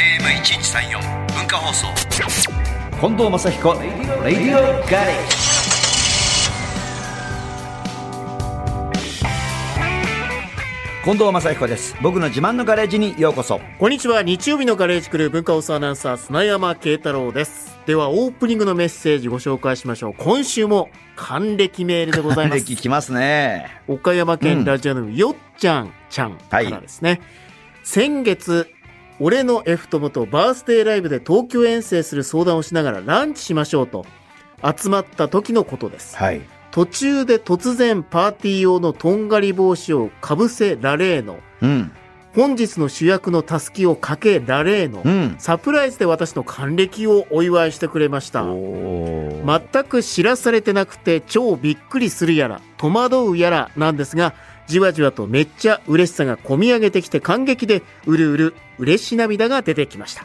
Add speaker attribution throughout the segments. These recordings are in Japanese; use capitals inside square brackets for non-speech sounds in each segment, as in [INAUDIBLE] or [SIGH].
Speaker 1: FM1134 文化放送
Speaker 2: 近藤正彦レディオガレージ近藤正彦です僕の自慢のガレージにようこそ
Speaker 3: こんにちは日曜日のガレージクルー文化放送アナウンサー砂山慶太郎ですではオープニングのメッセージご紹介しましょう今週も還暦メールでございま
Speaker 2: ですきますね
Speaker 3: 岡山県ラジオネーム、よっちゃんちゃんからですね、先月俺の F 友とバースデーライブで東京遠征する相談をしながらランチしましょうと集まった時のことです
Speaker 2: はい
Speaker 3: 途中で突然パーティー用のとんがり帽子をかぶせられーの
Speaker 2: うん
Speaker 3: 本日の主役のたすきをかけられーの、
Speaker 2: うん
Speaker 3: サプライズで私の還暦をお祝いしてくれました
Speaker 2: おま
Speaker 3: 全く知らされてなくて超びっくりするやら戸惑うやらなんですがじわじわとめっちゃ嬉しさがこみ上げてきて感激でうるうる嬉し涙が出てきました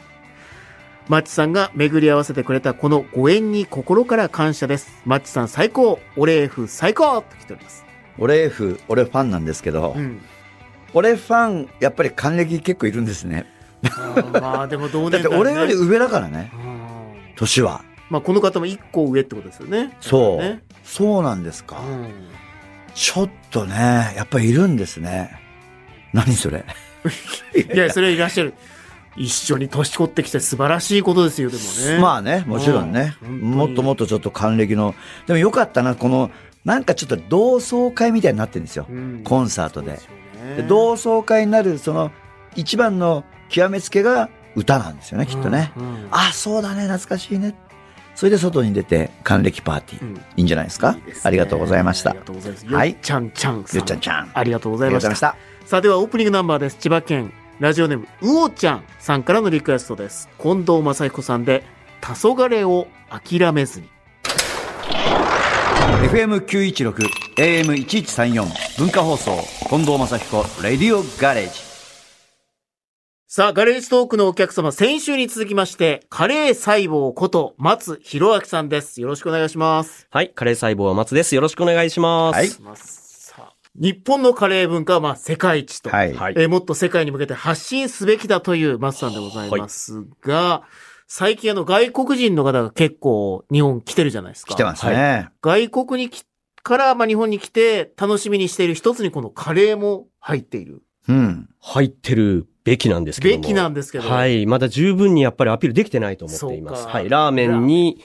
Speaker 3: マッチさんが巡り合わせてくれたこのご縁に心から感謝ですマッチさん最高オレーフ最高と来ております、
Speaker 2: 俺 F 俺ファンなんですけど、
Speaker 3: うん、
Speaker 2: 俺ファンやっぱり還暦結構いるんですね
Speaker 3: まあでも同
Speaker 2: だっ
Speaker 3: 年代、
Speaker 2: て
Speaker 3: ね、
Speaker 2: 俺より上だからね
Speaker 3: うん
Speaker 2: 年は
Speaker 3: まあこの方も1個上ってことですよね
Speaker 2: そう、
Speaker 3: ね
Speaker 2: そうなんですか、
Speaker 3: うん
Speaker 2: ちょっとねやっぱりいるんですね何それ
Speaker 3: [LAUGHS] いや、それいらっしゃる。一緒に年取ってきて素晴らしいことですよ、でもね。
Speaker 2: まあね、もちろんね。
Speaker 3: うん
Speaker 2: もっともっとちょっと還暦の。でもよかったな、この、なんかちょっと同窓会みたいになってるんですよ。
Speaker 3: うん
Speaker 2: コンサートで。
Speaker 3: そうすよね
Speaker 2: で同窓会になる、その、一番の極めつけが歌なんですよね、きっとね。
Speaker 3: うんうん
Speaker 2: あ、そうだね、懐かしいね。それで外に出て、還暦パーティー。
Speaker 3: うん
Speaker 2: いいんじゃないですか
Speaker 3: いいですね
Speaker 2: ありがとうございまし
Speaker 3: あ
Speaker 2: た
Speaker 3: り。がとうございます。
Speaker 2: は
Speaker 3: はいい。ちゃんちゃんさん。
Speaker 2: ゆっちゃんちゃん。ありがと
Speaker 3: ありがとうござ
Speaker 2: う
Speaker 3: い
Speaker 2: ご
Speaker 3: ま
Speaker 2: ざいま
Speaker 3: し。
Speaker 2: したた。
Speaker 3: さあ、ではオープニングナンバーです。千葉県、ラジオネーム、うおちゃんさんからのリクエストです。近藤正彦さんで、黄昏を諦めずに。
Speaker 2: FM916、AM1134、文化放送、近藤正彦、レディオガレージ。
Speaker 3: さあ、ガレージトークのお客様、先週に続きまして、カレー細胞こと松弘明さんです。よろしくお願いします。
Speaker 4: はい、カレー細胞は松です。よろしくお願いします。
Speaker 2: はい
Speaker 3: さあ日本のカレー文化はまあ世界一と、
Speaker 2: はい。
Speaker 4: はい。
Speaker 3: えーもっと世界に向けて発信すべきだという松さんでございますが、最近あの外国人の方が結構日本来てるじゃないですか。
Speaker 2: 来てますね。
Speaker 3: 外国にきからまあ日本に来て楽しみにしている一つにこのカレーも入っている。
Speaker 2: うん。
Speaker 4: 入ってるべきなんですけど
Speaker 3: べ
Speaker 4: も。
Speaker 3: きなんですけど。
Speaker 4: はい。まだ十分にやっぱりアピールできてないと思っていま
Speaker 3: そ
Speaker 4: す。
Speaker 3: うか
Speaker 4: はい。ラーメンに、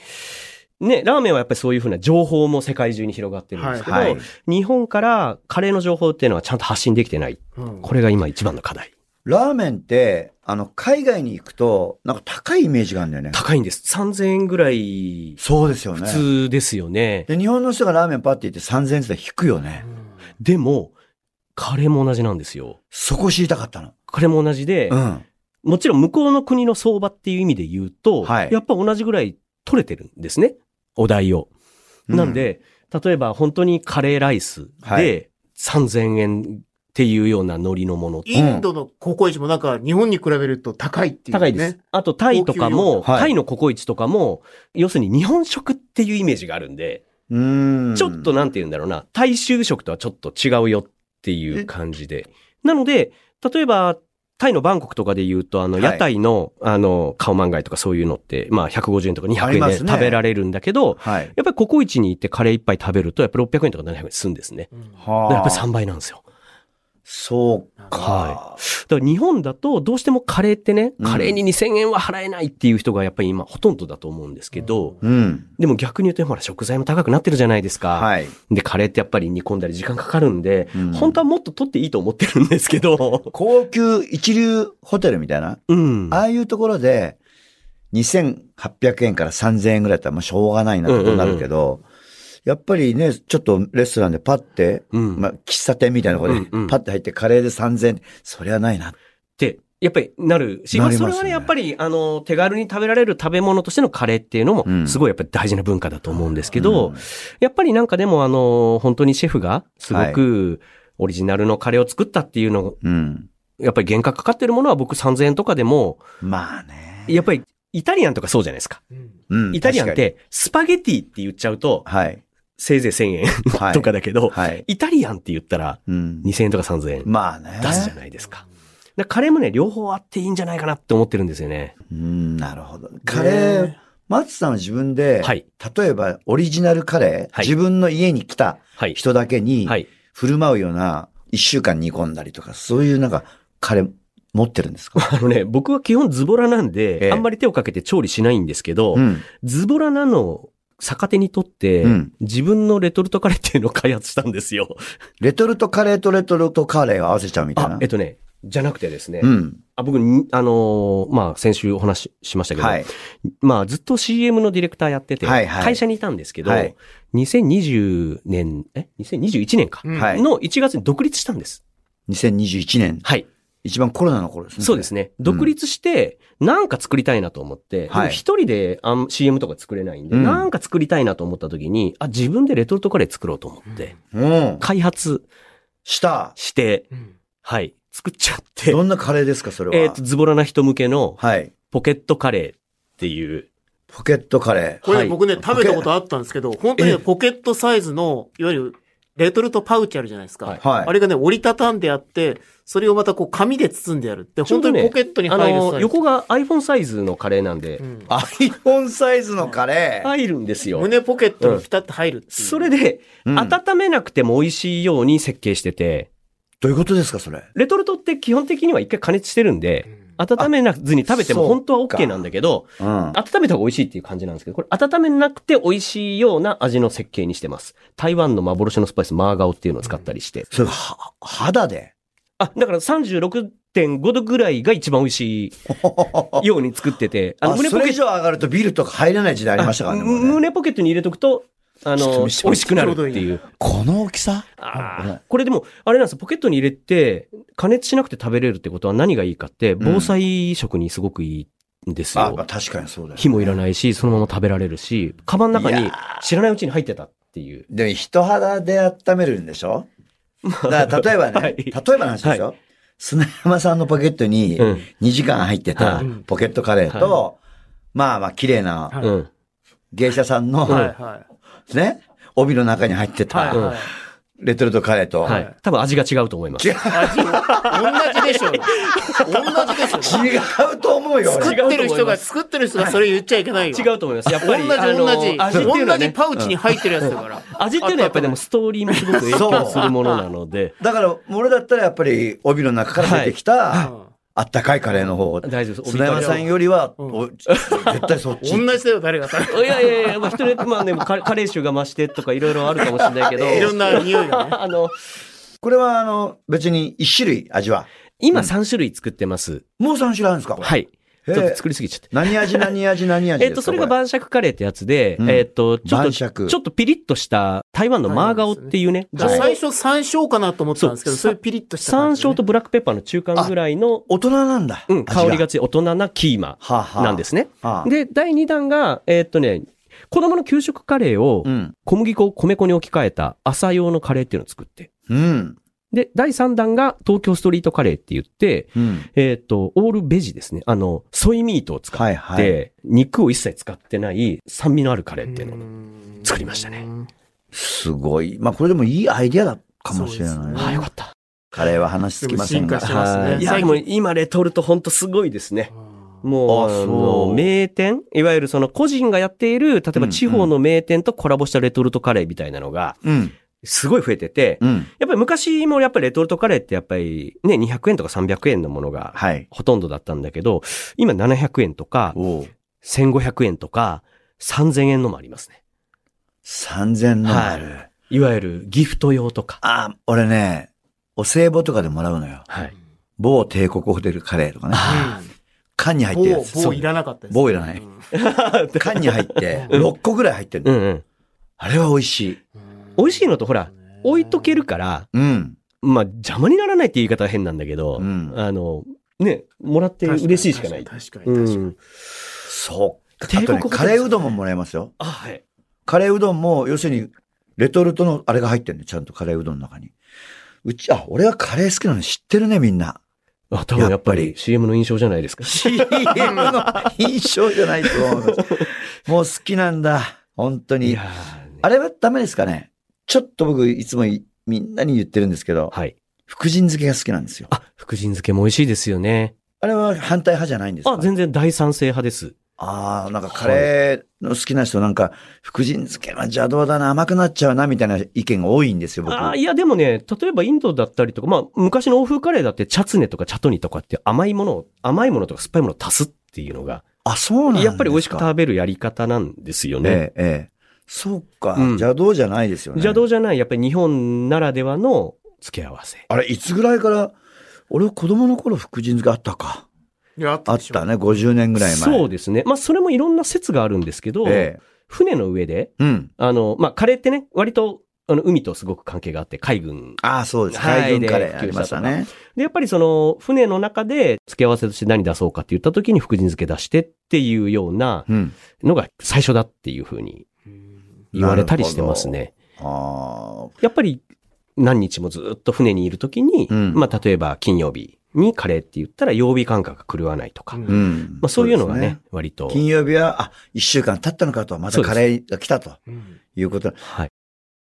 Speaker 4: ね、ラーメンはやっぱりそういうふうな情報も世界中に広がってるんですけど、
Speaker 2: はい。
Speaker 4: 日本からカレーの情報っていうのはちゃんと発信できてない。
Speaker 3: うん
Speaker 4: これが今一番の課題。
Speaker 2: ラーメンって、あの、海外に行くと、なんか高いイメージがあるんだよね。
Speaker 4: 高いんです。3000円ぐらい、
Speaker 2: そうですよね。
Speaker 4: 普通ですよね。
Speaker 2: で、日本の人がラーメンパーティーって3000円って引くよね
Speaker 3: う。ん
Speaker 4: でも、カレーも同じなんですよ。
Speaker 2: そこ知りたかったの。
Speaker 4: カレーも同じで、
Speaker 2: うん。
Speaker 4: もちろん向こうの国の相場っていう意味で言うと、
Speaker 2: はい
Speaker 4: やっぱ同じぐらい取れてるんですね。お題を。なんで、例えば本当にカレーライス
Speaker 2: は
Speaker 4: で3000円っていうような海苔のもの。
Speaker 3: インドのココイチもなんか日本に比べると高いっていう、ね。
Speaker 4: 高いです。。あとタイとかも、
Speaker 2: 高級よはい
Speaker 4: タイのココイチとかも、要するに日本食っていうイメージがあるんで、
Speaker 2: うん、うん。
Speaker 4: ちょっとなんて言うんだろうな、大衆食とはちょっと違うよっていう感じで。なので、例えば、タイのバンコクとかで言うと、あの、
Speaker 2: はい
Speaker 4: 屋台の、あの、カオマンガイとかそういうのって、まあ、150円とか
Speaker 2: あ
Speaker 4: 200
Speaker 2: り
Speaker 4: 円
Speaker 2: ま
Speaker 4: です
Speaker 2: ね
Speaker 4: 食べられるんだけど、
Speaker 2: はい。
Speaker 4: やっぱりココイチに行ってカレー一杯食べると、やっぱり600円とか700円するんですね。
Speaker 3: うん
Speaker 2: は
Speaker 4: だ
Speaker 2: あ
Speaker 4: からやっぱり3倍なんですよ。
Speaker 2: そうか。
Speaker 4: はだから日本だと、どうしてもカレーってね
Speaker 2: う、ん
Speaker 4: カレーに2000円は払えないっていう人がやっぱり今ほとんどだと思うんですけど、
Speaker 2: うん。
Speaker 4: でも逆に言うと、ほら、食材も高くなってるじゃないですか。
Speaker 2: はい。
Speaker 4: で、カレーってやっぱり煮込んだり時間かかるんで、
Speaker 2: うん
Speaker 4: 本当はもっと取っていいと思ってるんですけど、
Speaker 2: 高級一流ホテルみたいな、
Speaker 4: うん。
Speaker 2: ああいうところで、2800円から3000円ぐらいだったらもうしょうがないなってことになるけど、やっぱりね、ちょっとレストランでパッて、
Speaker 4: うん。
Speaker 2: まあ、喫茶店みたいなところで
Speaker 4: うんうん
Speaker 2: パッて入ってカレーで3000円、そりゃないな。
Speaker 4: って、やっぱりなるし、まあ
Speaker 2: なり
Speaker 4: そ
Speaker 2: ますね
Speaker 4: れはね、やっぱり、あの、手軽に食べられる食べ物としてのカレーっていうのも
Speaker 2: う、ん
Speaker 4: すごいやっぱり大事な文化だと思うんですけど、
Speaker 2: うん
Speaker 4: やっぱりなんかでも、あの、本当にシェフが、すごく、オリジナルのカレーを作ったっていうの、
Speaker 2: うん。
Speaker 4: やっぱり原価かかってるものは僕3000円とかでも、
Speaker 2: まあね。
Speaker 4: やっぱりイタリアンとかそうじゃないですか。
Speaker 3: うん
Speaker 2: うん
Speaker 4: イタリアンっ、て、スパゲティって言っちゃうと
Speaker 2: 確、かにはい。
Speaker 4: せいぜい1000円
Speaker 2: はい
Speaker 4: とかだけど、
Speaker 2: はい。
Speaker 4: イタリアンって言ったら
Speaker 2: うん。
Speaker 4: 2000円とか3000円
Speaker 2: まあね。
Speaker 4: 出すじゃないですか。だからカレーもね、両方あっていいんじゃないかなって思ってるんですよね。
Speaker 2: うん、なるほど。カレー、松さんは自分で、
Speaker 4: はい
Speaker 2: 例えばオリジナルカレー、
Speaker 4: はい
Speaker 2: 自分の家に来た
Speaker 4: はい。
Speaker 2: 人だけに
Speaker 4: はい。
Speaker 2: 振る舞うような、一週間煮込んだりとか、そういうなんか、カレー持ってるんですか
Speaker 4: あのね、僕は基本ズボラなんで、
Speaker 2: ええ
Speaker 4: あんまり手をかけて調理しないんですけど、
Speaker 2: うん。
Speaker 4: ズボラなのを逆手にとって、
Speaker 2: うん
Speaker 4: 自分のレトルトカレーっていうのを開発したんですよ。
Speaker 2: レトルトカレーとレトルトカレーを合わせちゃうみたい
Speaker 4: あ
Speaker 2: な。、
Speaker 4: えっとね、じゃなくてですね、
Speaker 2: うん。
Speaker 4: あ僕に、あのーまあ、先週お話ししましたけど、
Speaker 2: はい。
Speaker 4: まあ、ずっと CM のディレクターやってて、
Speaker 2: はいはい
Speaker 4: 会社にいたんですけど、
Speaker 2: はい
Speaker 4: 2020年、え ?2021 年か、
Speaker 3: うん
Speaker 2: はい
Speaker 4: の1月に独立したんです。
Speaker 2: 2021年。
Speaker 4: はい。
Speaker 2: 一番コロナの頃ですね。
Speaker 4: そうです
Speaker 2: ね。
Speaker 4: ね。独立して、なんか作りたいなと思って、で
Speaker 2: はい
Speaker 4: も一人であん CM とか作れないんで、
Speaker 2: うん
Speaker 4: なんか作りたいなと思った時に、あ、自分でレトルトカレー作ろうと思って、
Speaker 2: うん。
Speaker 4: 開発
Speaker 2: した。
Speaker 4: して、
Speaker 3: うん
Speaker 4: はい、作っちゃって、
Speaker 2: どんなカレーですか、それは。
Speaker 4: えっ、と、ズボラな人向けの
Speaker 2: はい。
Speaker 4: ポケットカレーっていう、
Speaker 2: ポケットカレー。
Speaker 3: これ
Speaker 4: は
Speaker 3: ね
Speaker 4: い
Speaker 3: 僕ね、食べたことあったんですけど、本当にねポケットサイズの、いわゆるレトルトパウチあるじゃないですか。
Speaker 4: はい
Speaker 2: はい。
Speaker 3: あれがね、折りたたんであって、それをまたこう紙で包んでやるって、
Speaker 4: ち
Speaker 3: 本
Speaker 4: ょう
Speaker 3: 当
Speaker 4: どね
Speaker 3: にポケットに
Speaker 4: あ
Speaker 3: 入るサイズ。
Speaker 4: の、横が iPhone サイズのカレーなんで
Speaker 3: う、ん
Speaker 2: iPhone サイズのカレー。
Speaker 4: 入るんですよ。
Speaker 3: 胸ポケットにピタッと入るっていう
Speaker 4: それで、
Speaker 2: うん
Speaker 4: 温めなくても美味しいように設計してて、
Speaker 2: どういうことですか、それ。
Speaker 4: レトルトって基本的には一回加熱してるんで、温めなずに食べて
Speaker 2: あ
Speaker 4: も
Speaker 2: そう
Speaker 4: 本当は OK なんだけど、
Speaker 2: うん。
Speaker 4: 温めた方が美味しいっていう感じなんですけど、これ温めなくて美味しいような味の設計にしてます。台湾の幻のスパイスマーガオっていうのを使ったりして。
Speaker 2: それ、は、肌で。
Speaker 4: あ、だから36.5度ぐらいが一番美味しいように作ってて、
Speaker 2: あ
Speaker 4: の、胸
Speaker 2: そ
Speaker 4: ポケ
Speaker 2: れ以
Speaker 4: ット、
Speaker 2: 上上がるとビールとか入らない時代ありましたからね。もうね
Speaker 4: 胸ポケットに入れとくと、あ
Speaker 2: ちょっ
Speaker 4: の、
Speaker 2: と
Speaker 4: 美
Speaker 2: 見せてもらって
Speaker 4: 味しくなるっていう。
Speaker 2: この大きさ
Speaker 4: あ
Speaker 2: ごめ
Speaker 4: ー
Speaker 2: ん
Speaker 4: これでも、あれなんですよポケットに入れて、加熱しなくて食べれるってことは何がいいかって、
Speaker 2: ん
Speaker 4: 防災食にすごくいいんですよ。
Speaker 2: あ、まあ確かにそうだよ、ね。
Speaker 4: 火もいらないし、そのまま食べられるし、カバンの中
Speaker 2: いや
Speaker 4: に知らないうちに入ってたっていう。
Speaker 2: でも人肌で温めるんでしょだから例えばね、
Speaker 4: はい
Speaker 2: 例えばの話ですよ。砂山さんのポケットに
Speaker 4: うん
Speaker 2: 2時間入ってた
Speaker 4: はい
Speaker 2: ポケットカレーと、まあまあ綺麗
Speaker 3: は
Speaker 2: ない
Speaker 4: うん。
Speaker 2: 芸者さんの、
Speaker 3: はいは
Speaker 2: ね、帯の中に入って
Speaker 3: い。はい
Speaker 2: た
Speaker 3: はい。
Speaker 2: レトルトカレーと、
Speaker 4: はい。多分味が違うと思います。
Speaker 2: 違う
Speaker 3: 味を同じでしょうよ。同じでしょうよ。
Speaker 2: 違うと思うよ。俺
Speaker 4: [LAUGHS] 違う
Speaker 3: 作ってる人が、作ってる人がそれ言っちゃいけないよ。
Speaker 4: 違うと思います。やっ
Speaker 3: 同
Speaker 4: ぱ
Speaker 3: じ
Speaker 4: り、
Speaker 3: 同
Speaker 4: 味
Speaker 3: じ
Speaker 4: っていうの
Speaker 3: 同
Speaker 4: は
Speaker 3: じ
Speaker 4: ね、
Speaker 3: パウチに入ってるやつだから。
Speaker 4: 味っていうのはやっぱりでもストーリーもすごく影響するものなので、
Speaker 2: だから、俺だったらやっぱり帯の中から出てきた、
Speaker 3: う
Speaker 2: あったかいカレーの方を。
Speaker 4: 大丈夫です。
Speaker 2: 砂山さんよりは、お絶対そっ
Speaker 4: [LAUGHS]
Speaker 2: ち。
Speaker 3: ん同じだよ、誰が食べ
Speaker 4: いやいやいや、まあ人によって、まあね、カレカレー臭が増してとかいろいろあるかもしれないけど、
Speaker 3: ていろんな匂いがね。
Speaker 4: あの、
Speaker 2: これはあの、別に一種類味は。
Speaker 4: 今3種類作ってます。
Speaker 2: もう三種類あるんですか。
Speaker 4: はいい。ち
Speaker 2: へ
Speaker 4: ょ
Speaker 2: え
Speaker 4: っと作りすぎちゃった。
Speaker 2: 何味何味何味ですか
Speaker 4: [LAUGHS] えっと、それが
Speaker 2: こ
Speaker 4: 晩酌カレーってやつで、
Speaker 2: うん
Speaker 4: えっと、ちょっと、
Speaker 2: 晩
Speaker 4: ち
Speaker 2: 酌
Speaker 4: ょっとピリッとした台湾のマーガオっていうね、
Speaker 2: 台湾ですね
Speaker 4: はい
Speaker 3: 最初山椒かなと思ったんですけど、
Speaker 4: そ
Speaker 3: そうれピリッとした
Speaker 4: 山
Speaker 3: 感じね。
Speaker 4: 椒とブラックペッパーの中間ぐらいの、
Speaker 2: 大人なんだ。
Speaker 4: うん、香りが
Speaker 2: 味。
Speaker 4: 強い大人なキーマ
Speaker 2: はあはあ。
Speaker 4: なんですね。
Speaker 2: はあ。
Speaker 4: で、第2弾が、えっとね、子供の給食カレーを
Speaker 2: うん。
Speaker 4: 小麦粉を米粉に置き換えた朝用のカレーっていうのを作って。
Speaker 2: うん。
Speaker 4: で、第3弾が東京ストリートカレーって言って、
Speaker 2: うん。
Speaker 4: えっ、と、オールベジですね。あの、ソイミートを使って、
Speaker 2: はいはい。
Speaker 4: 肉を一切使ってない酸味のあるカレーっていう
Speaker 3: う
Speaker 4: のを
Speaker 3: ん
Speaker 4: 作りましたね。
Speaker 2: すごい。まあ、これでもいいアイディアだかもしれ
Speaker 3: そう
Speaker 2: な
Speaker 3: で
Speaker 2: いね。
Speaker 3: すね
Speaker 4: ああ、よかった。
Speaker 2: カレーは話つきませんが
Speaker 3: すご。い進化してますね
Speaker 4: はいいや、
Speaker 3: 最近
Speaker 4: でも今レトルトほんとすごいですね。も
Speaker 2: あ
Speaker 4: う、
Speaker 2: そう
Speaker 4: あの名店、いわゆるその個人がやっている、例えば地方の名店とコラボしたレトルトカレーみたいなのが、
Speaker 2: うん。
Speaker 4: すごい増えてて、
Speaker 2: うん。
Speaker 4: やっぱり昔もやっぱりレトルトカレーってやっぱりね、200円とか300円のものが
Speaker 2: はい。
Speaker 4: ほとんどだったんだけど、今700円とか、
Speaker 2: おう。
Speaker 4: 1500円とか、3000円のもありますね。
Speaker 2: 3000のある。
Speaker 4: いわゆるギフト用とか。
Speaker 2: あ、俺ね、お歳暮とかでもらうのよ。
Speaker 4: はい。
Speaker 2: 某帝国ホテルカレーとかね。缶に入ってるや
Speaker 3: 棒
Speaker 2: つ。、
Speaker 3: 棒いらなかったです。
Speaker 2: 棒いらない
Speaker 3: うん。
Speaker 2: [LAUGHS] 缶に入
Speaker 4: [LAUGHS]
Speaker 2: って、
Speaker 3: うん
Speaker 2: 6個ぐらい入ってるの
Speaker 4: うんうん。
Speaker 2: あれは美味しい。
Speaker 4: 美味しいのとほら、置いとけるから、
Speaker 2: うん。
Speaker 4: まあ邪魔にならないって言い方は変なんだけど、
Speaker 2: うん
Speaker 4: あの、ね、もらって嬉しいしかない。
Speaker 3: 確かに確かに
Speaker 4: う
Speaker 3: 確かに。
Speaker 4: ん。
Speaker 2: そう。あと
Speaker 4: 帝国
Speaker 2: ね
Speaker 4: ホテル
Speaker 2: カレーうどんももらえますよ。
Speaker 4: あ、はい。
Speaker 2: カレーうどんも、要するに、レトルトのあれが入ってるね。ちゃんとカレーうどんの中に。うち、あ、俺はカレー好きなの知ってるね、みん
Speaker 4: [LAUGHS]
Speaker 2: な。
Speaker 4: あ、多分やっぱ
Speaker 2: やっぱ
Speaker 4: り
Speaker 2: り
Speaker 4: CM の印象じゃないですか。
Speaker 2: CM の印象じゃないと思う。もう好きなんだ。本当
Speaker 4: い
Speaker 2: に
Speaker 4: や。ーね
Speaker 2: あれはダメですかねちょっと僕いつもいみんなに言ってるんですけど、
Speaker 4: はい。
Speaker 2: 福神漬けが好きなんですよ。
Speaker 4: あ、福神漬けも美味しいですよね。
Speaker 2: あれは反対派じゃないんですか
Speaker 4: あ、全然大賛成派です。
Speaker 2: ああ、なんかカレーの好きな人なんか、福神漬けは邪道だな、甘くなっちゃうな、みたいな意見が多いんですよ、僕。
Speaker 4: あーいや、でもね、例えばインドだったりとか、まあ、昔の欧風カレーだって、チャツネとかチャトニとかって甘いものを、甘いものとか酸っぱいものを足すっていうのが、
Speaker 2: あ、そうなんですか
Speaker 4: やっぱり美味しく食べるやり方なんですよね。
Speaker 2: ええ、ええ。そうか、
Speaker 4: うん
Speaker 2: 邪道じゃないですよね。
Speaker 4: 邪道じゃない、やっぱり日本ならではの付け合わせ。
Speaker 2: あれ、いつぐらいから、俺子供の頃福神漬けあったか。
Speaker 3: いや、あっ
Speaker 2: あ
Speaker 3: た
Speaker 2: っ
Speaker 3: でしょ
Speaker 2: たね、50年ぐらい前。
Speaker 4: そうですね。まあ、それもいろんな説があるんですけど、
Speaker 2: え
Speaker 4: 船の上で、
Speaker 2: え。うん。
Speaker 4: あの、まあ、カレーってね、割と、あの、海とすごく関係があって、海軍。
Speaker 2: ああ、そうです。
Speaker 4: はい
Speaker 2: 海軍カレ
Speaker 4: で
Speaker 2: ーありましたね。
Speaker 4: で、やっぱりその、船の中で付け合わせとして何出そうかって言った時に福神漬け出してっていうような
Speaker 2: うん。
Speaker 4: のが最初だっていうふうに言われたりしてますね。
Speaker 2: ああ。
Speaker 4: やっぱり何日もずっと船にいるときに、
Speaker 2: うん
Speaker 4: まあ例えば金曜日にカレーって言ったら曜日感覚が狂わないとか、
Speaker 3: うん
Speaker 2: うん。
Speaker 4: まあそういうのがね、
Speaker 2: そです
Speaker 4: 割と。
Speaker 2: 金曜日は、あ、一週間経ったのかと、またカレーが来たと
Speaker 3: うん
Speaker 2: いうこと。
Speaker 4: はい。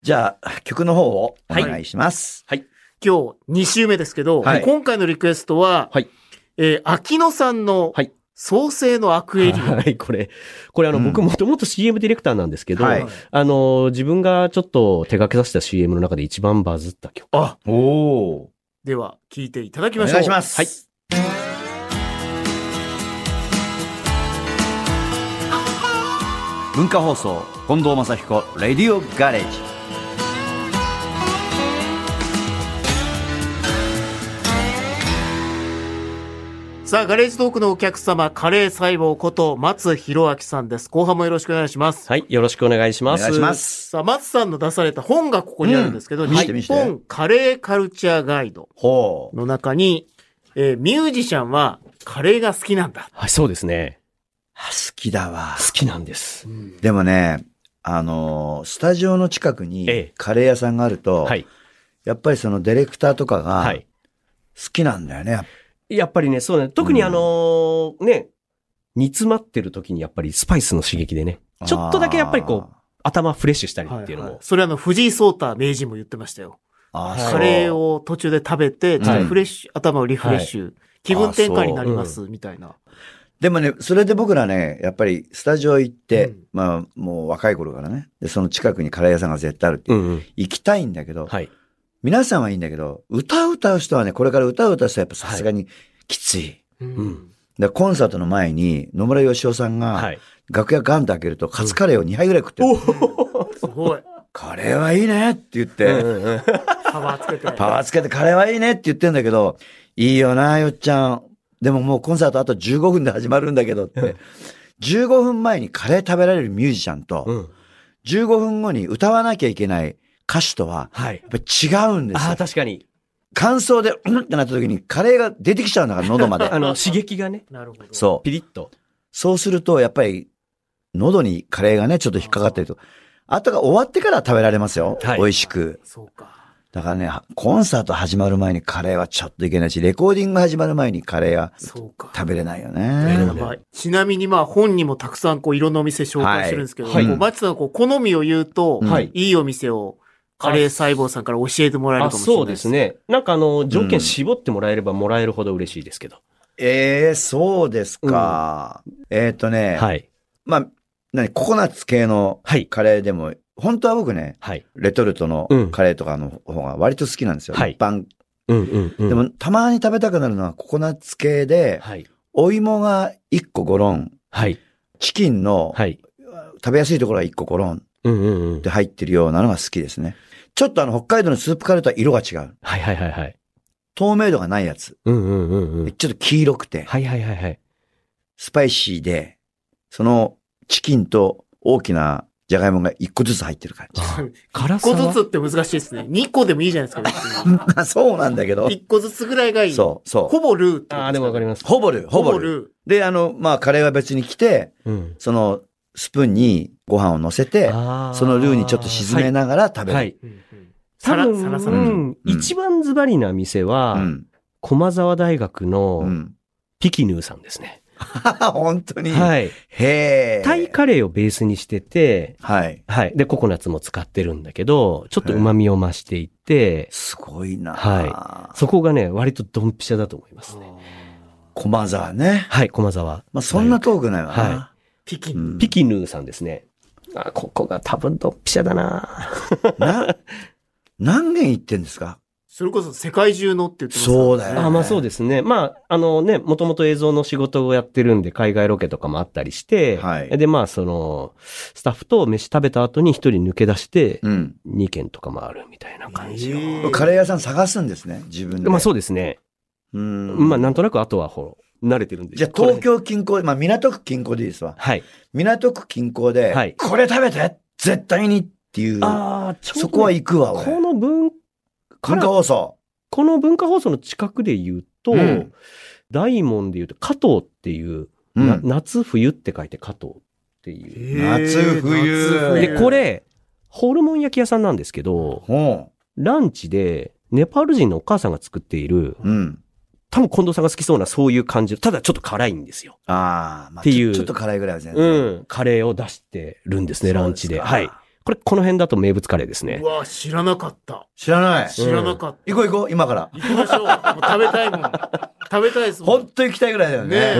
Speaker 2: じゃあ、曲の方をお
Speaker 4: はい
Speaker 2: 願いします。
Speaker 3: 今日2週目ですけど、
Speaker 2: はい
Speaker 3: 今回のリクエストは、
Speaker 4: はい
Speaker 3: えー秋野さんの
Speaker 4: はい
Speaker 3: 創生のアクエリウム。
Speaker 4: はい、これ、これあの、
Speaker 2: うん
Speaker 4: 僕もともと CM ディレクターなんですけど、
Speaker 2: はい
Speaker 4: あの、自分がちょっと手掛けさせた CM の中で一番バズった曲。
Speaker 3: あ、
Speaker 2: おお
Speaker 3: では聞いていただき
Speaker 2: ー。お
Speaker 3: ましょう。
Speaker 2: 願いします。
Speaker 4: はい
Speaker 2: 文化放送、近藤正彦、レディオガレージ。
Speaker 3: さあ、ガレージトークのお客様、カレー細胞こと松弘明さんです。後半もよろしくお願いします。
Speaker 4: はい、よろしくお願いし
Speaker 2: お
Speaker 4: ます。
Speaker 2: 願いします。
Speaker 3: さあ、松さんの出された本がここにあるんですけど、
Speaker 2: うん見せて見
Speaker 3: 日
Speaker 2: せて
Speaker 3: 本カレーカルチャーガイド
Speaker 2: ほう。
Speaker 3: の中に、えーミュージシャンはカレーが好きなんだ。
Speaker 4: はい、そうですね。
Speaker 2: あ好きだわ
Speaker 4: 好。きなんです。
Speaker 2: でもね、あのースタジオの近く
Speaker 4: え
Speaker 2: に
Speaker 4: え
Speaker 2: カレー屋さんがあると、
Speaker 4: はい、
Speaker 2: やっぱりそのディレクターとか
Speaker 4: は
Speaker 2: が
Speaker 4: い
Speaker 2: 好。きなんだよね。
Speaker 4: やっぱりね、そうね。特に
Speaker 2: うん
Speaker 4: あのーね、煮詰まってる時にやっぱりスパイスの刺激でね、ちょっとだけやっぱりこう、頭フレッシュしたりっていうの
Speaker 3: はいはい
Speaker 4: も。
Speaker 3: それあの、藤井聡太名人も言ってましたよ。
Speaker 2: あー、
Speaker 4: はい
Speaker 2: あ
Speaker 3: カレー
Speaker 2: を。
Speaker 3: を途中で食べて、ちょっとフレッシュ、頭をリフレッシュ、気分転換になります、みたいな。
Speaker 2: でもね、それで僕らね、やっぱりスタジオ行って、
Speaker 3: うん
Speaker 2: まあもう若い頃からね、で、その近くにカレー屋さんが絶対あるって、
Speaker 4: うんうん。
Speaker 2: 行きたいんだけど、
Speaker 4: はい。
Speaker 2: 皆さんはいいんだけど、歌う歌う人はね、これから歌う歌う人はやっぱさすがにきつい。
Speaker 4: ん
Speaker 2: でコンサートの前に野村義雄さん
Speaker 4: は
Speaker 2: が
Speaker 4: い。
Speaker 2: 楽屋ガンと開けるとカツカレーを2杯ぐらい食ってる、
Speaker 3: すごい。
Speaker 2: カレーはいいねって言って、
Speaker 4: うんうん
Speaker 3: パワーつけて。
Speaker 2: パワーつけてカレーはいいねって言ってんだけど、いいよな、よっちゃん。でももうコンサートあと15分で始まるんだけどって。15分前にカレー食べられるミュージシャン
Speaker 4: う
Speaker 2: と、
Speaker 4: ん。
Speaker 2: 15分後に歌わなきゃいけない歌手とは、
Speaker 4: はい。
Speaker 2: やっぱ違うんです
Speaker 4: ああ、
Speaker 2: よ。
Speaker 4: 確かに。
Speaker 2: 感想で、うんってなった時にカレーが出てきちゃうんだから、喉まで
Speaker 4: あ。の、刺激がね、
Speaker 3: なるほど。
Speaker 2: そう。
Speaker 4: ピリッと。
Speaker 2: そうすると、やっぱり、喉にカレーがね、ちょっと引っかかってると。あとが終わってから食べられますよ。
Speaker 4: はい
Speaker 2: 美味しく。
Speaker 3: そうか。
Speaker 2: だからね、コンサート始まる前にカレーはちょっといけないし、レコーディング始まる前にカレーは
Speaker 3: そうか。
Speaker 2: 食べれないよ
Speaker 4: べれ
Speaker 2: ね
Speaker 4: な。い
Speaker 3: まあちなみにまあ本にもたくさんこういろんなお店紹介してるんですけど、
Speaker 2: はい
Speaker 3: こうマチさんがこう好みを言うと、、
Speaker 2: はい
Speaker 3: いお店をカレー細胞さんから教えてもらえる
Speaker 4: あ、
Speaker 3: かもしれな
Speaker 4: そ
Speaker 3: いう
Speaker 4: です。ね。なんかあの、条件絞ってもらえればもらえるほど嬉しいですけど。
Speaker 2: ええそうですか。えっ、とね、
Speaker 4: はい。
Speaker 2: まあ、何、ココナッツ系の
Speaker 4: はい。
Speaker 2: カレーでも、本当は僕ね、
Speaker 4: はい。
Speaker 2: レトルトの
Speaker 4: うん
Speaker 2: カレーとかの方が割と好きなんですよ。
Speaker 4: はい
Speaker 2: 一般。
Speaker 4: うんうんうん。
Speaker 2: で、も、たまに食べたくなるのはココナッツ系で、
Speaker 4: はい。
Speaker 2: お芋が1個ゴロン、
Speaker 4: はい。
Speaker 2: チキンの
Speaker 4: はい。
Speaker 2: 食べやすいところが1個コロンっ
Speaker 4: うんうんうん。
Speaker 2: て入ってるようなのが好きですね。ちょっとあの北海道のスープカレーとは色が違う。
Speaker 4: はいはいはいはい。
Speaker 2: 透明度がないやつ。
Speaker 4: うんうんうんうん。
Speaker 2: ちょっと黄色くて、
Speaker 4: はいはいはいはい。
Speaker 2: スパイシーで、そのチキンと大きなジャガイモが1個ずつ入ってる感
Speaker 4: [LAUGHS]
Speaker 2: じ。
Speaker 4: 辛
Speaker 3: 1個ずつって難しいですね。2個でもいいじゃないですか、別に [LAUGHS]
Speaker 2: あそうなんだけど。
Speaker 3: 1個ずつぐらいがいい。
Speaker 2: そう、そ
Speaker 3: ほぼルーってことすね
Speaker 4: ああ、でもわかります
Speaker 2: う。。ほぼる、ほ
Speaker 3: ほ
Speaker 2: ぼ
Speaker 3: ぼ
Speaker 2: る。
Speaker 3: ル
Speaker 2: で、あの、まあ、カレーは別に来て、
Speaker 4: うん。
Speaker 2: そのスプーンにご飯を乗せて、そ
Speaker 4: そ
Speaker 2: のルーにちょっと沈めながら食べる。
Speaker 4: はい。
Speaker 3: ー。うんうん
Speaker 4: 多
Speaker 3: さら、
Speaker 4: 分
Speaker 3: さらさ
Speaker 4: う
Speaker 3: ら。
Speaker 4: ん一番ズバリな店は、
Speaker 2: うん。
Speaker 4: 駒沢大学
Speaker 2: う
Speaker 4: の
Speaker 2: ん。 [LAUGHS]
Speaker 4: ピキヌーさんですね。
Speaker 2: 本当に。
Speaker 4: はい。
Speaker 2: へえ。
Speaker 4: タイカレーをベースにしてて、
Speaker 2: はい。
Speaker 4: はい。で、ココナッツも使ってるんだけど、ちょっと旨味を増していって、
Speaker 2: すごいな。
Speaker 4: はそこがね、割とドンピシャだと思いますね。
Speaker 2: 駒沢ね。
Speaker 4: はい、駒沢。
Speaker 2: まあ、そんな遠くないわな。
Speaker 4: は
Speaker 3: ピキ
Speaker 2: う
Speaker 3: ン。
Speaker 2: ん
Speaker 4: ピキヌーさんですね。あ、ここが多分ドンピシャだな
Speaker 2: な、何軒行ってんですか
Speaker 3: それこそ世界中のって言ってますから
Speaker 2: そうだよ、ね。
Speaker 4: あまあそうですね。まあ、あのね、もともと映像の仕事をやってるんで、海外ロケとかもあったりして、
Speaker 2: はい
Speaker 4: で、まあ、その、スタッフと飯食べた後に一人抜け出して、
Speaker 2: うん。
Speaker 4: 2軒とかもあるみたいな感じ。
Speaker 3: ええ
Speaker 2: カレー屋さん探すんですね、自分で。
Speaker 4: まあそうですね。
Speaker 2: うん。
Speaker 4: まあ、なんとなくあとは、ほら、慣れてるんで。
Speaker 2: じゃあ
Speaker 4: これ
Speaker 2: 東京近郊、まあ港区近郊でいいですわ。
Speaker 4: はい。
Speaker 2: 港区近郊で、
Speaker 4: はい
Speaker 2: これ食べて絶対にっていう、
Speaker 4: ああ、ちょうどね
Speaker 2: そこは行くわ、俺。
Speaker 4: この文、か
Speaker 2: 文
Speaker 4: ら
Speaker 2: 化放送。
Speaker 4: この文化放送の近くで言うと、
Speaker 2: うん
Speaker 4: 大門で言うと、加藤っていう、
Speaker 2: うん
Speaker 4: な夏冬って書いて加藤っていう。
Speaker 3: へえ
Speaker 2: 夏冬
Speaker 4: で、こ、れ、ホルモン焼き屋さんなんですけど、
Speaker 2: ほ
Speaker 4: ランチで、ネパール人のお母さんが作っている、
Speaker 2: う。うん。
Speaker 4: 多分近藤さんが好きそうなそういう感じの、ただちょっと辛いんですよ。
Speaker 2: ああ、まあ、
Speaker 4: っていう
Speaker 2: ちょちょっと辛いぐらいは全然。
Speaker 4: うん。カレーを出してるんですね、ランチで。
Speaker 2: そうすか
Speaker 4: はい。これ、この辺だと名物カレーです
Speaker 3: 夏
Speaker 4: ね
Speaker 3: う。わ、知らなかった。
Speaker 2: 知らない。
Speaker 3: 知らなかった。
Speaker 2: 行こう行こう、今から。
Speaker 3: 行きましょう。もう食べたいもん。食べたいですもん。
Speaker 2: 本当行きたいぐらいだよね。
Speaker 4: う
Speaker 3: ね
Speaker 4: ん。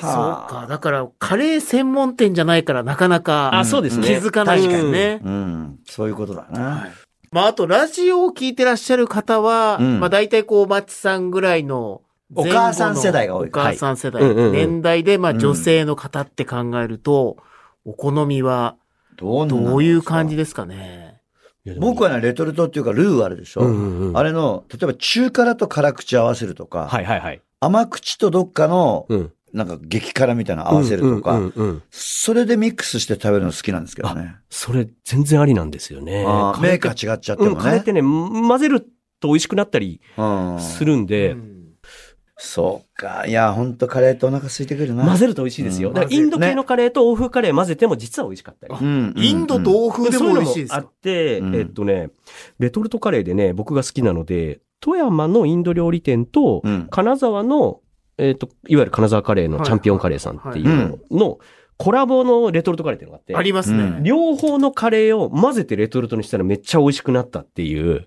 Speaker 3: そう
Speaker 2: はあ
Speaker 3: か。だから、カレー専門店じゃないから、なかな
Speaker 4: あ、
Speaker 3: か
Speaker 4: そうです
Speaker 3: 気
Speaker 4: ね。
Speaker 3: づかないですね。
Speaker 2: うん。そういうことだな。
Speaker 3: まあ、あと、ラジオを聞いてらっしゃる方は、
Speaker 2: うん
Speaker 3: まあ、大体こう、マッチさんぐらいの前後の、
Speaker 2: お母さん世代が多い
Speaker 3: お母さん世代。
Speaker 4: はいうんうんうん
Speaker 3: 年代で、まあ、
Speaker 2: うん
Speaker 3: 女性の方って考えると、お好みは、
Speaker 2: どんな
Speaker 3: どういう感じですかね。
Speaker 2: 僕
Speaker 4: は、
Speaker 2: はね、レトルトっていうか、ルーあるでしょ。
Speaker 4: うんうんうん
Speaker 2: あれの、例えば中辛と辛口合わせるとか、
Speaker 4: はいはいはい。
Speaker 2: 甘口とどっかの、
Speaker 4: うん。
Speaker 2: なんか激辛みたいなの合わせるとか、
Speaker 4: うんうんうんうん
Speaker 2: それでミックスして食べるの好きなんですけどね。
Speaker 4: それ、全然ありなんですよね。
Speaker 2: あー
Speaker 4: カレ
Speaker 2: メ
Speaker 4: ー
Speaker 2: ーカー違っちゃって
Speaker 4: う
Speaker 2: も
Speaker 4: ん、
Speaker 2: ね。
Speaker 4: カレーってね、混ぜると美味しくなったり
Speaker 2: うん
Speaker 4: するんで、
Speaker 3: うん
Speaker 2: そうか。いや、ほんとカレーとお腹空いてくるな。
Speaker 4: 混ぜると美味しいですよ。
Speaker 2: うん
Speaker 4: だからインド系のカレーと欧風カレー混ぜても実は美味しかったり。
Speaker 3: あ
Speaker 2: うん、
Speaker 3: インド
Speaker 2: う
Speaker 3: 同風で
Speaker 4: そう
Speaker 3: も
Speaker 4: いう
Speaker 3: 美
Speaker 4: の
Speaker 3: 味
Speaker 4: も
Speaker 3: しいです
Speaker 4: あ
Speaker 3: か
Speaker 4: って、
Speaker 2: うん
Speaker 4: えっとね、レトルトカレーでね、僕が好きなので、富山のインド料理店と、
Speaker 2: うん
Speaker 4: 金沢の、えっと、いわゆる金沢カレーのチャンピオンカレーさんっていうのの、コラボのレトルトカレーっていうのがあって、
Speaker 3: ありますね。
Speaker 2: うん
Speaker 4: 両方のカレーを混ぜてレトルトにしたらめっちゃ美味しくなったってい
Speaker 2: ん
Speaker 4: う、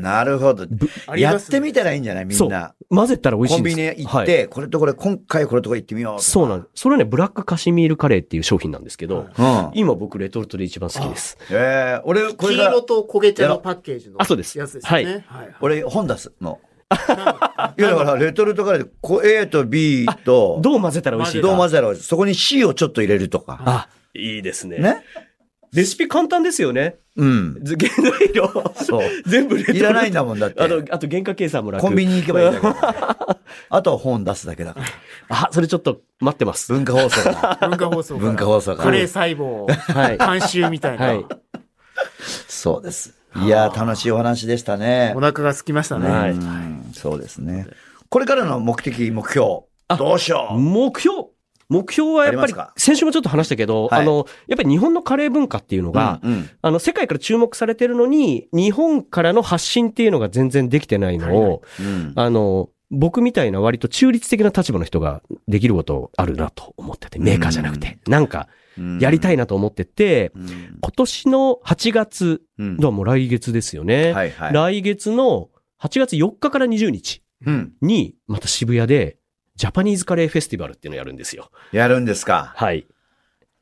Speaker 2: なるほど。
Speaker 3: あり
Speaker 2: や
Speaker 3: ま
Speaker 2: っ
Speaker 3: す
Speaker 2: てみたらいいんじゃないみんな。
Speaker 4: 混ぜたら美味し
Speaker 2: コ
Speaker 4: いん
Speaker 2: ン
Speaker 4: で
Speaker 2: ビニ
Speaker 4: す
Speaker 2: 行っ
Speaker 4: はい
Speaker 2: て、これとこれ、今回これとこれ行ってみよう。
Speaker 4: そうなんです。それはね、ブラックカシミールカレーっていう商品なんですけど、
Speaker 3: は
Speaker 2: う
Speaker 3: い
Speaker 2: ん。
Speaker 4: 今僕レトルトで一番好きです。
Speaker 2: ええ俺、これ
Speaker 3: 黄
Speaker 2: が
Speaker 3: 色、と焦げ茶のパッケージの
Speaker 4: あそうです
Speaker 3: やつです
Speaker 4: は
Speaker 3: よ
Speaker 4: い
Speaker 3: ね。はいはい
Speaker 2: 俺、本出すの。いや、だから、レトルトカレーで、こう A と B と、
Speaker 4: どう混ぜたら美味しいか
Speaker 2: どう混ぜたら美味しいそこに C をちょっと入れるとか。
Speaker 4: あ、いいですね。
Speaker 2: ね
Speaker 4: レシピ簡単ですよね。
Speaker 2: うん。
Speaker 4: ず原材料。
Speaker 2: そう。
Speaker 4: 全部レトルト
Speaker 2: いらないんだもんだって
Speaker 4: あの、あと原価計算も楽。
Speaker 2: コンビ
Speaker 4: ニ。
Speaker 2: ニ行けばいいんだけ
Speaker 4: [LAUGHS]
Speaker 2: ど。あとは本出すだけだから。
Speaker 4: あ、それちょっと待ってます。
Speaker 2: 文化放送だ。
Speaker 3: 文化放送から。
Speaker 2: 文化放送から
Speaker 3: カレー細胞。
Speaker 4: はい。
Speaker 3: 監修みたいな。
Speaker 4: はい。
Speaker 2: そうです。いやー、楽しいお話でしたね
Speaker 3: お。腹が空きましたね。
Speaker 4: はい
Speaker 2: うんそうですね。これからの目的、目標、どうしよう。
Speaker 4: 目標目標はやっ
Speaker 2: あ
Speaker 4: ぱ
Speaker 2: り
Speaker 4: り
Speaker 2: ますか、
Speaker 4: 先週もちょっと話したけど、
Speaker 2: はい
Speaker 4: あの、やっぱり日本のカレー文化っていうのが、
Speaker 2: うんうん
Speaker 4: あの、世界から注目されてるのに、日本からの発信っていうのが全然できてないのを、
Speaker 2: うん
Speaker 4: あの、僕みたいな割と中立的な立場の人ができることあるなと思ってて、メーカーじゃなくて、なんか
Speaker 2: うん
Speaker 4: やりたいなと思ってて、
Speaker 2: うん
Speaker 4: 今年の8月、
Speaker 2: うん
Speaker 4: どうも来月ですよね。
Speaker 2: はいはい。
Speaker 4: 来月の8月4日から20日
Speaker 2: うん
Speaker 4: に、また渋谷で、ジャパニーズカレーフェスティバルっていうのをやるんですよ。
Speaker 2: やるんですか。
Speaker 4: はい。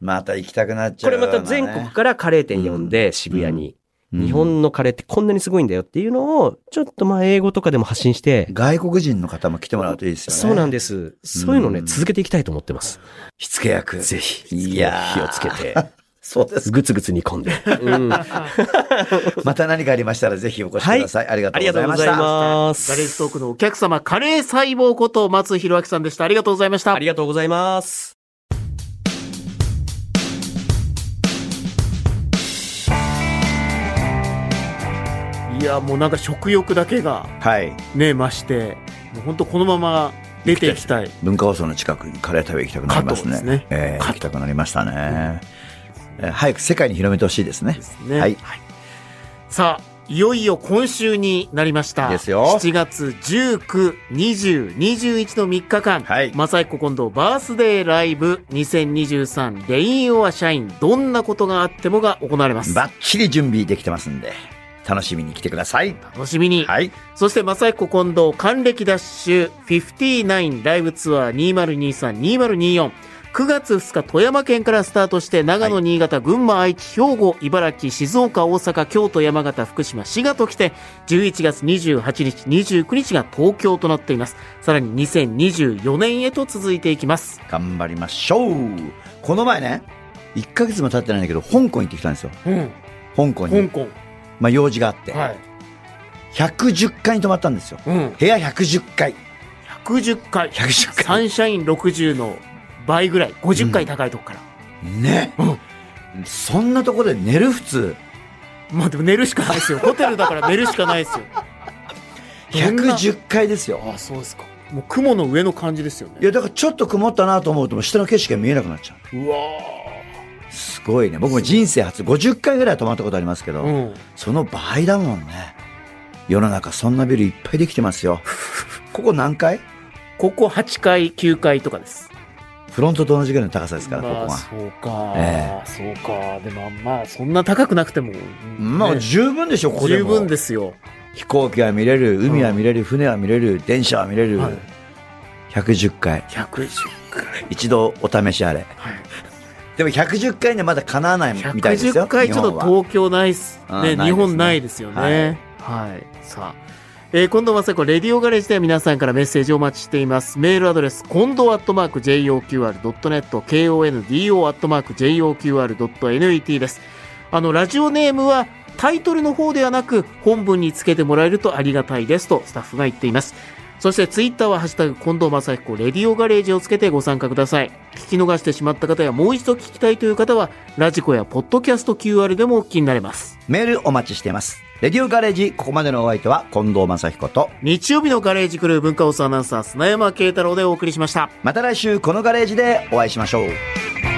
Speaker 2: また行きたくなっちゃ
Speaker 4: こ
Speaker 2: う
Speaker 4: れ
Speaker 2: ようなね、
Speaker 4: また全国からカレー店呼んで、渋谷に。
Speaker 2: うん
Speaker 4: 日本のカレーってこんなにすごいんだよっていうのを、ちょっとまあ英語とかでも発信して、
Speaker 2: 外国人の方も来てもらうといいですよね。
Speaker 4: そうなんです。そういうのね、
Speaker 2: うん
Speaker 4: 続けていきたいと思ってます。
Speaker 2: 火付け役。
Speaker 4: ぜひ。
Speaker 2: いやー
Speaker 4: 火をつけて、
Speaker 2: そうです。
Speaker 4: [LAUGHS] ぐつぐつ煮込んで。うんあ
Speaker 2: また何かありましたらぜひお越しください。ありがとう
Speaker 4: り
Speaker 2: ご
Speaker 4: が
Speaker 2: ざいう
Speaker 4: とご
Speaker 2: まし
Speaker 4: ざい
Speaker 2: た。
Speaker 4: ます。
Speaker 3: ガレージトークのお客様、カレー細胞こと松弘明さんでした。ありがとうございました
Speaker 4: あ。りがとうございます。
Speaker 3: いや、もうなんか食欲だけが
Speaker 2: はい。
Speaker 3: ね、増して、もう本当このまま出ていきたい。
Speaker 2: 文化放送の近くにカレー食べ行きたくなります
Speaker 3: 加
Speaker 2: ね。
Speaker 3: 藤ですね
Speaker 2: えー行
Speaker 3: 加藤
Speaker 2: きたくなりましたね。えー早く世界に広めてほしいですね
Speaker 3: で。すね。
Speaker 2: はい。
Speaker 3: さあ、いよいよ今週になりました。
Speaker 2: ですよ
Speaker 3: 7月19、20、21の3日間、
Speaker 2: はい
Speaker 3: マサイコ近藤バースデーライブ2023レインオアシャイン、どんなことがあってもが行われます。
Speaker 2: ばっちり準備できてますんで、楽しみに来てください。
Speaker 3: 楽しみに。
Speaker 2: はい。
Speaker 3: そして、マサイコ近藤還暦ダッシュ59ライブツアー2023-2024。9月2日、富山県からスタートして、長野、
Speaker 2: は
Speaker 3: 新潟、群馬、愛知、兵庫、茨城、静岡、大阪、京都、山形、福島、滋賀と来て、11月28日、29日が東京となっています。さらに2024年へと続いていきます。
Speaker 2: 頑張りましょう。この前ね、1ヶ月も経ってないんだけど、香港行ってきたんですよ。
Speaker 3: うん。
Speaker 2: 香港
Speaker 3: 香
Speaker 2: に。
Speaker 3: 港。
Speaker 2: まあ、用事があって。
Speaker 3: はい。
Speaker 2: 110階に泊まったんですよ。
Speaker 3: うん。
Speaker 2: 部屋110階。
Speaker 3: 110回。
Speaker 2: 110
Speaker 3: サ
Speaker 2: 階。
Speaker 3: ンシャイン60の倍ぐらい。50回高いとこから。
Speaker 2: ね。そんなとこで寝る普通。
Speaker 3: まあでも寝るしかないですよ。ホテルだから寝るしかないですよ。
Speaker 2: 110階ですよ。
Speaker 3: ああ、そうですか。もう雲の上の感じですよ
Speaker 2: い
Speaker 3: ね。
Speaker 2: や、だからちょっと曇ったなと思うと、もう下の景色が見えなくなっちゃう。
Speaker 3: うわ
Speaker 2: すごいね。僕も人生初、50回ぐらいは泊まったことありますけど、
Speaker 3: うん。
Speaker 2: その倍だもんね。世の中そんなビルいっぱいできてます
Speaker 3: [LAUGHS]
Speaker 2: よ。ここ何階
Speaker 3: ここ8階、9階とかです。
Speaker 2: フロントと同じぐらいの高さですから、こ
Speaker 3: まあ、
Speaker 2: こは。
Speaker 3: そうか、
Speaker 2: え
Speaker 3: そうか。でもまあ、そんな高くなくても。
Speaker 2: まあ
Speaker 3: ね
Speaker 2: 十分でしょ、ここで
Speaker 3: 十
Speaker 2: も。
Speaker 3: 分ですよ。
Speaker 2: 飛行機は見れる、海は見れる、船は見れる、電車は見れる。
Speaker 3: はい
Speaker 2: 110回。
Speaker 3: 110回。
Speaker 2: 一度お試しあれ。でも110回にはまだ叶わないみたいですよ。
Speaker 3: 110回ちょっ
Speaker 2: 日
Speaker 3: と
Speaker 2: 本は
Speaker 3: 東京ないっす
Speaker 2: うんない
Speaker 3: ね
Speaker 2: ですね
Speaker 3: 日本ないですよねはい、さあえー、近藤正子、レディオガレージでは皆さんからメッセージをお待ちしています。メールアドレス、近藤アットマーク JOQR.net、KONDO アットマーク JOQR.net です。あの、ラジオネームはタイトルの方ではなく、本文につけてもらえるとありがたいですとスタッフが言っています。そしてツイッターはハッシュタグ近藤正彦レディオガレージをつけてご参加ください。聞き逃してしまった方やもう一度聞きたいという方は、ラジコやポッドキャスト QR でもお聞きになれます。
Speaker 2: メールお待ちしています。レディオガレージ、ここまでのお相手は近藤正彦と、
Speaker 3: 日曜日のガレージクルー文化放送アナウンサー砂山慶太郎でお送りしました。
Speaker 2: また来週このガレージでお会いしましょう。